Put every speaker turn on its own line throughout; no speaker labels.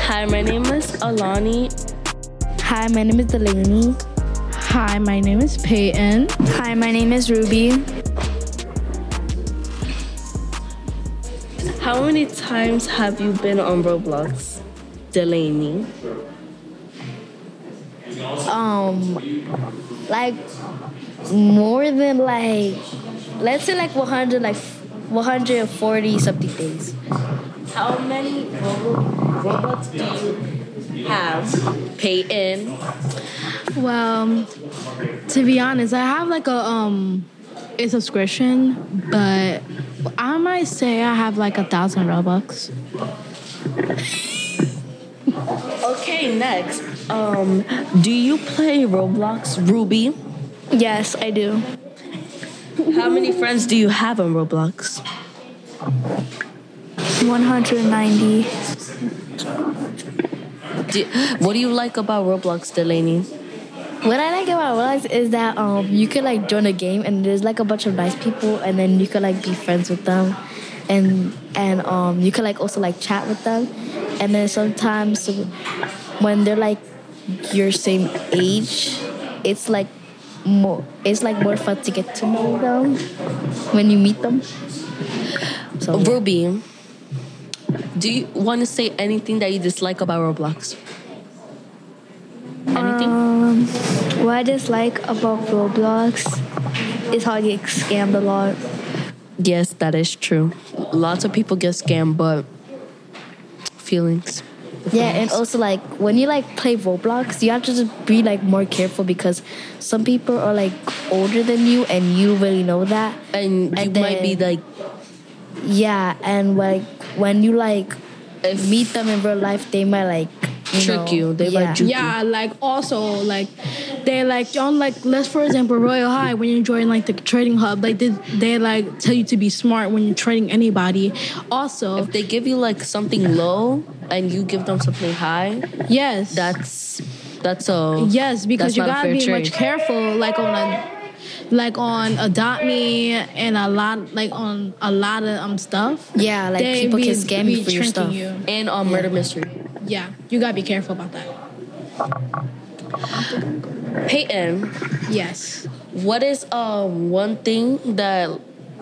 Hi, my name is Alani.
Hi, my name is Delaney.
Hi, my name is Peyton.
Hi, my name is Ruby.
How many times have you been on Roblox, Delaney?
Um, like more than like, let's say like 100, like 140 something days.
How many Roblo- Roblox do you have, Peyton?
Well, um, to be honest, I have like a um a subscription, but I might say I have like a thousand Robux.
Okay, next. Um, do you play Roblox, Ruby?
Yes, I do.
How many friends do you have on Roblox?
190.
Do, what do you like about Roblox, Delaney?
What I like about Roblox is that um you can like join a game and there's like a bunch of nice people and then you can like be friends with them and and um you can like also like chat with them and then sometimes when they're like your same age it's like more it's like more fun to get to know them when you meet them. So yeah.
Ruby, do you want to say anything that you dislike about Roblox? Anything?
Um, what I dislike about Roblox is how you get scammed a lot.
yes, that is true. Lots of people get scammed, but feelings.
Yeah, and also like when you like play Roblox, you have to just be like more careful because some people are like older than you, and you really know that.
And you
And
might be
then-
like,
Yeah, and like when you like
If-
meet them in real life, they might like you
Trick
know,
you. They might
yeah.
ju-
Yeah, like also like they like on like let's for example Royal High when you join like the trading hub, like they they like tell you to be smart when you're trading anybody. Also,
if they give you like something low and you give them something high,
yes,
that's that's a
Yes,
that's
because you
not a
gotta
fair
be
trade.
much careful, like on a, like on adopt me and a lot, like on a lot of um stuff.
Yeah, like
They
people
be-
can scam you
be
for your stuff.
tricking you.
and on murder mystery.
Yeah, you gotta be careful about that.
Peyton,
Yes.
what is um one thing that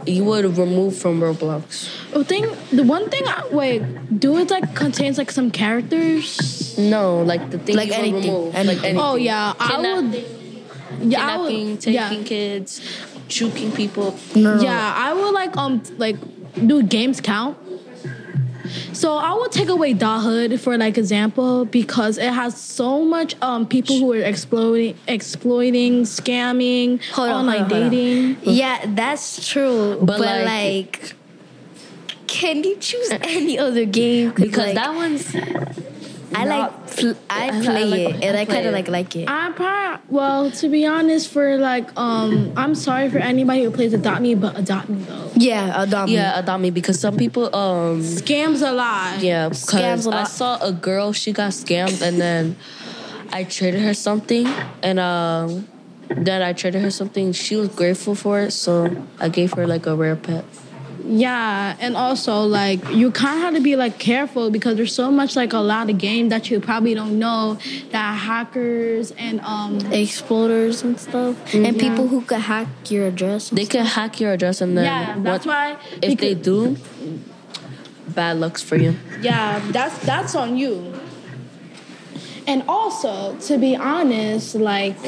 you would remove from Roblox?
The Oh, thing, the one thing I wait, do it like contains like some characters.
No, like the thing
Like
you
anything,
would remove,
anything.
like anything.
Oh yeah, I
Kidnapping,
would. Yeah, I
kidnapping,
would.
taking
Yeah,
kids, shooting people.
No, no, no.
yeah, I would like um like do games count. So I would take away Dahood for like example because it has so much um people who are exploiting, exploiting, scamming,
Hold on,
online
hold on, hold on.
dating.
Yeah, that's true. But,
like-
like, can you choose any other game?
Because
like,
that one's
I like
not-
fl- I
I- I
play
like-
it, and
I
I
play
kind of
it.
like like it.
I probably well to be honest for like um I'm sorry for anybody who plays Adopt Me but Adopt Me though
Yeah, adopt me.
yeah, Adami. Because some people um
scams a lot.
Yeah,
Scams
because
a
I
lot.
saw a girl, she got scammed, and then I traded her something, and um, then I traded her something. She was grateful for it, so I gave her like a rare pet.
Yeah, and also like you kind of have to be like careful because there's so much like a lot of game that you probably don't know that hackers and um
explorers and stuff, and people who could hack your address.
They can hack your address, and then
yeah that's
what-
why
if they do,
because-
bad lucks for you.
yeah that's that's on you. And also to be honest, like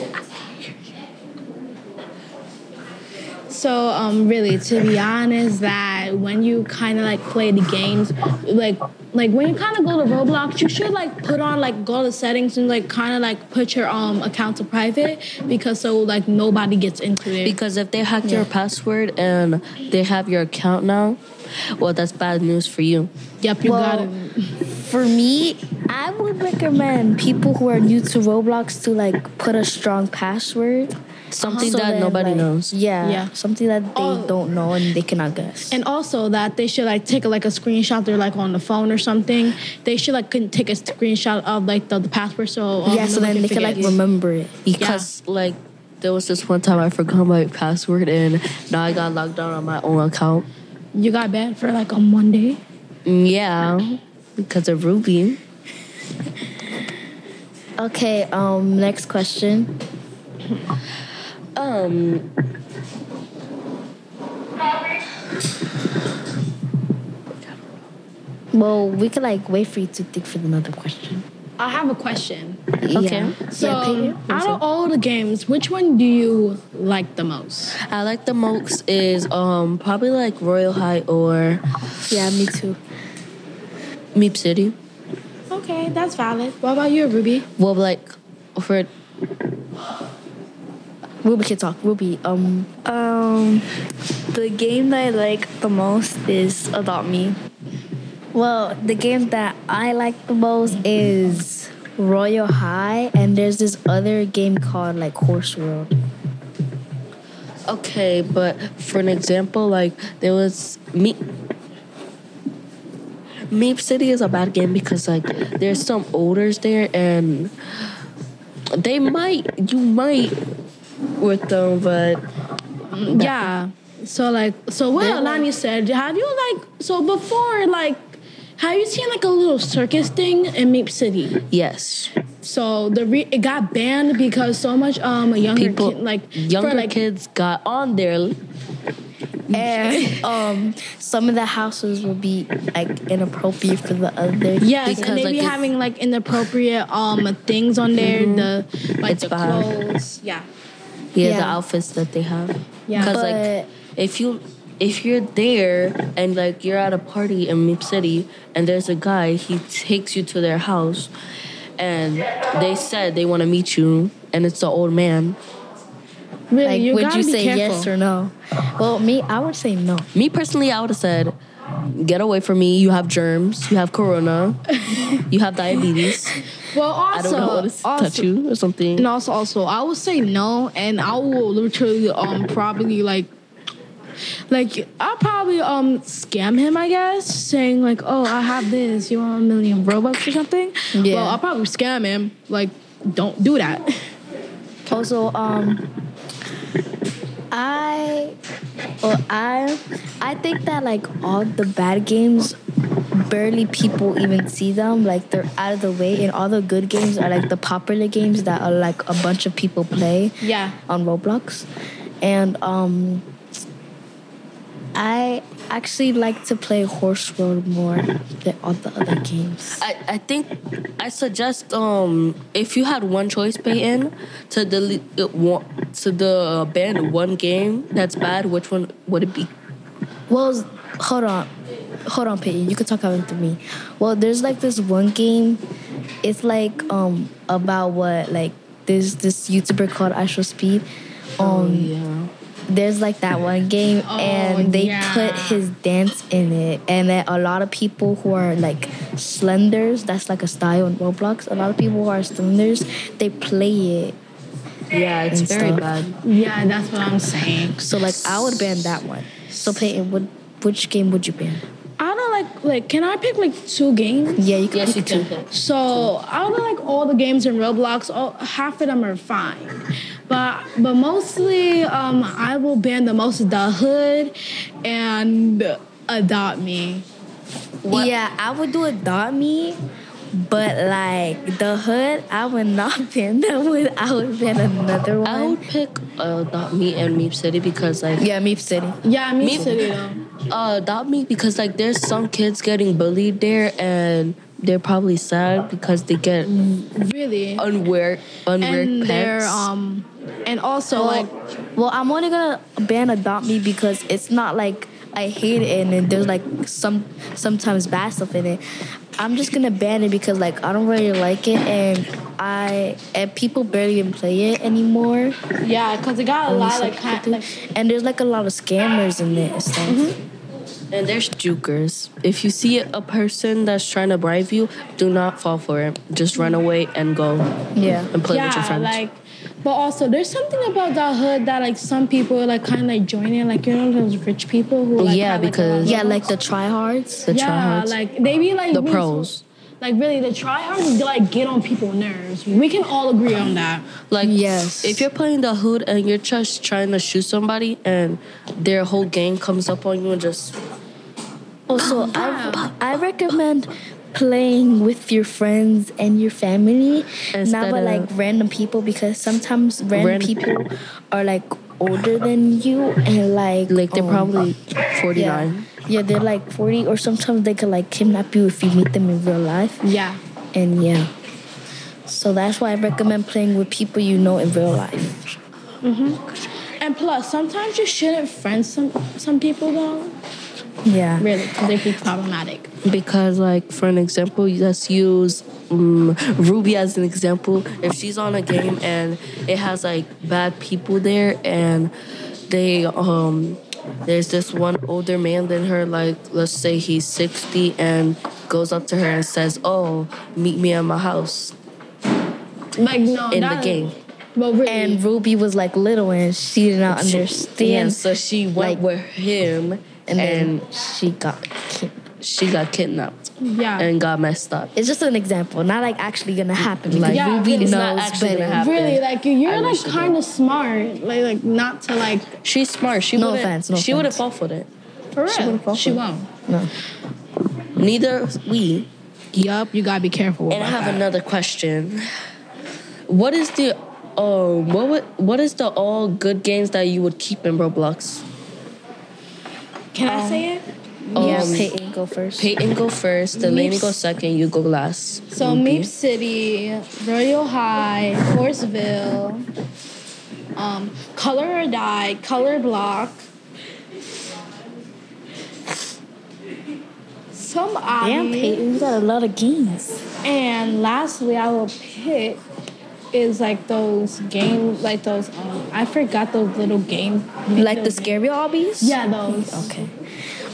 so um really to be honest that when you kind of like play the games like like when you kind of go to roblox you should like put on like go to settings and like kind of like put your um account to private because so like nobody gets into it
Because if they hack your password and they have your account now, well, that's bad news for you.
yep you got
Well,
it
for me, I would recommend people who are new to Roblox to like put a strong password.
Something
so
that
then,
nobody
like,
knows.
Yeah,
Yeah.
something that they
Oh.
don't know and they cannot guess.
and also that they should like take like a screenshot they're like on the phone or something they should like can take a screenshot of like the, the password so um,
yeah, so
nobody
then they can like
forget.
remember it.
Because like there was this one time I forgot my password and now I got locked down on my own account.
you got banned for like on monday
Yeah, because of Ruby.
Okay, um, next question.
Um.
Well, we could like wait for you to think for another question.
I have a question.
Okay.
So,
yeah, Peyton?
out of all the games, which one do you like the most?
I like the most is um probably like Royal High or
yeah, me too.
Meep City.
Okay, that's valid. What about you, Ruby?
Well, like for
Ruby can talk. Ruby, um,
Um, the game that I like the most is Adopt Me.
Well, the game that I like the most is Royal High, and there's this other game called like Horse World.
okay, but for an example, like there was Meep. Meep City is a bad game because like there's some odors there and they might you might with them, but
Yeah. So like, so what Alani said, have you like, so before like, have you seen like a little circus thing in Meep City?
yes,
So the re- it got banned because so much um a younger
people
kid, like
younger
for, like,
kids got on there.
And um, some of the houses will be like inappropriate for the other.
Yes,
Because,
and they
like, it's-
be
Mm-hmm.
having like inappropriate um things on there, the like
It's
the
bad.
clothes. Yeah.
yeah, the
Yeah.
outfits that they have.
Yeah.
because
But-
like if you if you're there and like you're at a party in Meep City and there's a guy, he takes you to their house, and they said they want to meet you, and it's the old man.
Really,
Like,
you
would
gotta
you
be
say
careful.
yes or no? Well, me, I would say no.
Me personally, I would have said, "Get away from me! You have germs. You have corona. you have diabetes.
Well,
I
also,
don't know what to
also
touch you or something."
and also, also, I would say no, and I will literally um probably like. Like I'll probably um scam him, I guess, saying like, "Oh, I have this. You want a million robux or something?"
Yeah.
Well, I'll probably scam him. Like, don't do that.
Also, um, I, well, I, I think that like all the bad games, barely people even see them. Like they're out of the way, and all the good games are like the popular games that are like a bunch of people play.
Yeah.
On Roblox, and um, I actually like to play Horse World more than all the other games.
I, I think I suggest um if you had one choice, Peyton, to delete it one to the ban one game that's bad. Which one would it be?
Well, hold on. Hold on, Peyton. You could talk about it to me. Well, there's like this one game. It's like um about what like there's this YouTuber called Astro Speed. Um,
Yeah,
there's like that one game, and they
yeah.
put his dance in it, and then a lot of people who are like slenders. That's like a style on Roblox. A lot of people who are slenders, they play it.
yeah, it's
And
very
stuff.
bad.
Yeah, that's what I'm saying.
So like I would ban that one. So Peyton, what which game would you ban?
I don't like like. Can I pick like two games?
Yeah, you can
Yes, you
pick
can.
two.
So I don't like all the games in Roblox. All, half of them are fine, but but mostly um, I will ban the most of the hood and adopt me.
Yeah, I would do adopt me, but like the hood, I would not ban that one. I would ban another
I would
one.
pick uh Dot Me and Meep City because like
Yeah, Meep City.
Yeah, me,
Me-
too. You know.
uh Dot Me because like there's some kids getting bullied there and they're probably sad because they get
Really.
Oh, unwear unwear
and they're
pets.
um, and also
Well,
like
well, I'm only gonna ban adopt me because it's not like I hate it and then there's like some sometimes bad stuff in it. I'm just gonna ban it because like I don't really like it and I and people barely even play it anymore.
yeah, because they got a lot like kind like
And there's like a lot of scammers in it and stuff.
and there's jukers. If you see a person that's trying to bribe you, do not fall for it. Just run away and go.
Yeah.
and play
yeah,
with your friends.
like. But also, there's something about that hood that like some people like kind of like join in, like you know those rich people who like
Yeah,
have, like, a lot
because-
of
Yeah, like the tryhards.
the
Yeah,
tryhards.
like they be like
The
really-
pros.
Like really, the tryhards they, like get on people's nerves. We can all agree on that.
Like
Yes.
if you're playing the hood and you're just trying to shoot somebody and their whole gang comes up on you and just
Also, I, I recommend playing with your friends and your family,
Instead
not with like
of-
random people because sometimes random,
Random-
people are like older than you and like
Like they're
um,
probably forty
yeah,
nine.
yeah they're like forty or sometimes they could like kidnap you if you meet them in real life
Yeah.
and yeah. So that's why I recommend playing with people you know in real life.
And plus, sometimes you shouldn't friend some some people though.
Yeah.
Really, because they be problematic.
Because, like, for an example, let's use um, Ruby as an example. If she's on a game and it has like bad people there, and they um, there's this one older man than her. Like, let's say he's sixty and goes up to her and says, "Oh, meet me at my house."
Like no,
In the
that-
game.
But really,
And Ruby was like little and she did not understand.
Yeah, so she went
like-
with him,
and
and,
then she got ki-
she got kidnapped.
Yeah.
and got messed up.
It's just an example, not like actually gonna happen. Because
Like,
Yeah,
Ruby
it's
knows
not actually
better.
gonna happen.
really, like you're
I
like
wish I
kind of smart, like like not to like
She's smart. She
No
wouldn't-
offense, no
she wouldn't
offense.
fall for it.
for real.
fall
She
for it.
won't.
No.
Neither we.
Yup, you gotta be careful.
And I have another question. What is the um what would, what is the all good games that you would keep in Roblox?
Can I say it?
yeah,
Um,
Peyton, go first.
Peyton go first, Delaney go
Meeps.
second, you go last.
So
Ruby.
Meep City, Royal High, Forestville, um, Color or Die, Color Block. Some
Damn,
obvious.
Peyton, you got a lot of games.
And lastly, I will pick is like those game, like those. Um, I forgot those little game.
Like the
those-
scary hobbies?
Yeah, those.
Okay.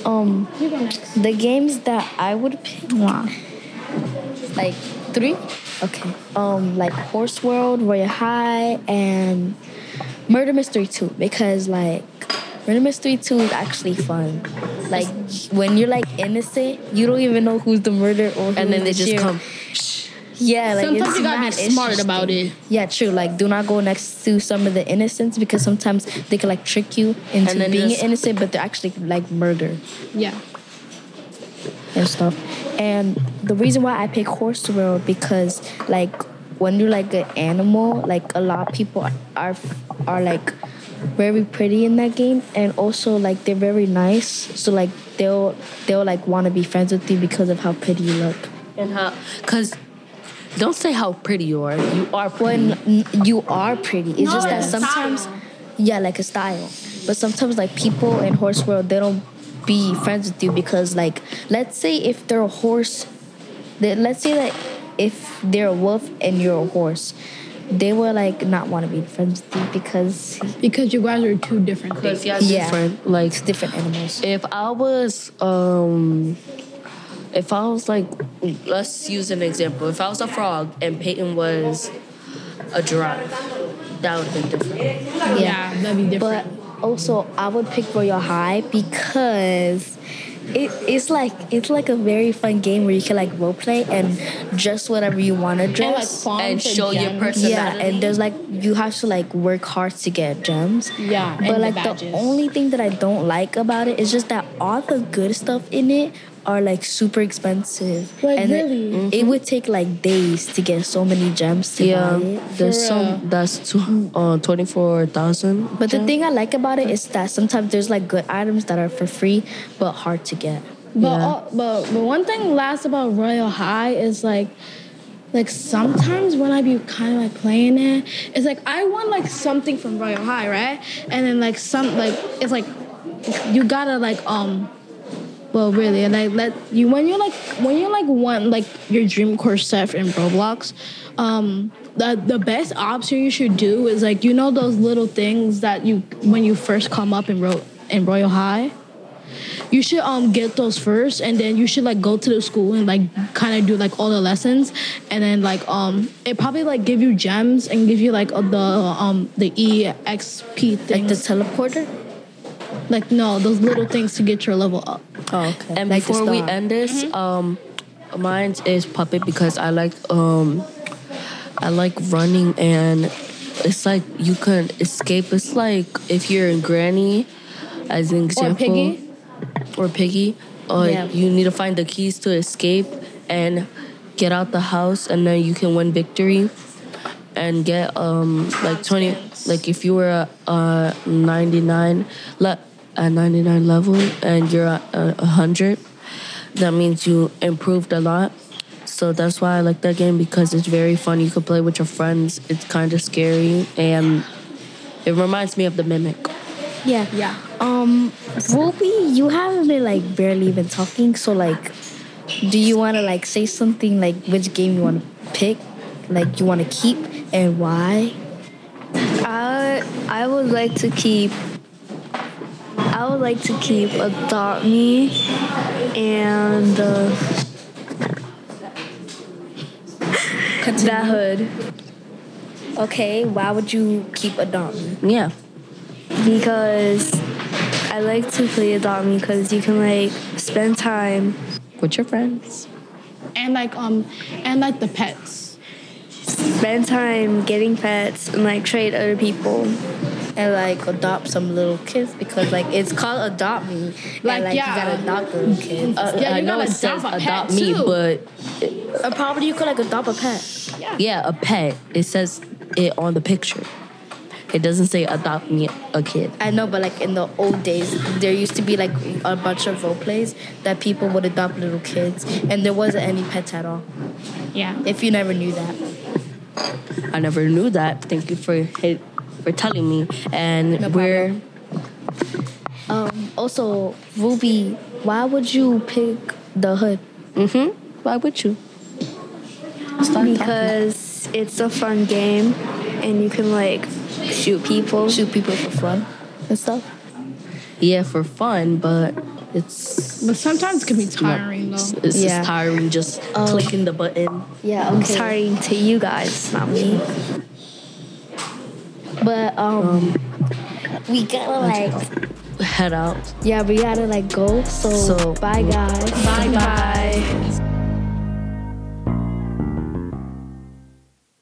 Um,
You go next.
the games that I would pick, like three. Okay. Um, like Horse World, Royal High, and Murder Mystery Two because like Murder Mystery Two is actually fun. Like when you're like innocent, you don't even know who's the murderer or who's
and then they
the
just
sheriff.
come.
Yeah, like
Sometimes
it's
you gotta be
mad
smart
interesting.
about it.
Yeah, true. Like, do not go next to some of the innocents because sometimes they can like trick you into
And then
being
just-
innocent, but they're actually like murder
Yeah.
and stuff. And the reason why I pick Horse World because like when you're like an animal, like a lot of people are are like very pretty in that game, and also like they're very nice. So like they'll they'll like want to be friends with you because of how pretty you look.
And how cause don't say how pretty you are. You are pretty.
When n- you are pretty, it's just that
it's a
sometimes
style.
yeah, like a style. But sometimes like people in horse world they don't be friends with you because like let's say if they're a horse that let's say that if they're a wolf and you're a horse, they will like not want to be friends with you because
Because you guys are two different things.
Because yeah,
Yeah.
different. Like
it's different animals.
if I was um if I was like let's use an example. If I was a frog and Peyton was a giraffe, that would have been different.
Yeah, that'd be
But
different.
also, I would pick Royal High because it, it's like it's like a very fun game where you can like role play and dress whatever you want to
and like
dress.
farms
And
are
show your
gems.
person-
yeah,
personality.
and there's like you have to like work hard to get gems.
Yeah, and
but
the
like the,
badges.
only thing that I don't like about it is just that all the good stuff in it are like super expensive.
Like,
and it-
really?
it, would take like days to get so many gems to
Yeah,
buy it.
there's
For real.
some that's tw- uh, twenty four thousand.
But the thing I like about it is that sometimes there's like good items that are for free but hard to get.
But,
Yeah.
uh, but but one thing last about Royal High is like like sometimes when I be kind of like playing it, it's like I want like something from Royal High, right? And then like some like it's like you gotta like um well really like let you when you're like when you're like one like your dream course set in Roblox, um the the best option you should do is like you know those little things that you when you first come up in Ro- in Royal High you should um get those first and then you should like go to the school and like kind of do like all the lessons and then like um it probably like give you gems and give you like uh, the um the exp
Like
things
the teleporter?
like, no those little things to get your level up
Oh, okay.
And
Like the
before we
star.
end this, um, mine is puppet because I like um, I like running and it's like you can escape. It's like if you're in Granny, as an example,
Piggy.
or Piggy, uh,
Yeah.
you need to find the keys to escape. and get out the house, and then you can win victory and get um like twenty. Like if you were a uh, ninety nine le- at ninety nine level and you're at a hundred, that means you improved a lot. So that's why I like that game because it's very fun. You can play with your friends. It's kind of scary and it reminds me of the mimic.
Yeah.
Yeah.
Um, Ruby, you haven't been like barely even talking. So like, do you want to like say something like which game you want to pick, like you want to keep and why?
I I would like to keep. I would like to keep adopt me, and uh, that hood
Okay, why would you keep Adopt Me?
Yeah.
because I like to play adopt me because you can like spend time.
With your friends.
And like um and like the pets.
spend time getting pets and like trade other people.
and like adopt some little kids because like it's called Adopt Me.
Like,
and, like
yeah.
you gotta adopt the little kids.
Uh,
Yeah,
I
you
know
gotta
it says
adopt a pet
adopt me,
too.
but
Or probably you could like adopt a pet.
yeah, a pet. It says it on the picture. It doesn't say adopt me a kid.
I know, but like in the old days, there used to be like a bunch of role plays that people would adopt little kids, and there wasn't any pets at all.
Yeah.
If you never knew that,
I never knew that. Thank you for hit, for telling me. And
No
we're
um, also Ruby, why would you pick the hood?
mm-hmm. Why would you?
because it's a fun game and you can like shoot people.
Shoot people for fun and stuff.
Yeah, for fun, but it's
But sometimes it can be tiring though.
it's
Yeah. Um,
just tiring just clicking the button.
Yeah,
I'm sorry to you guys, not me.
but um, we gotta like
Head out.
Yeah, we gotta like go. So,
So-
bye guys.
Bye.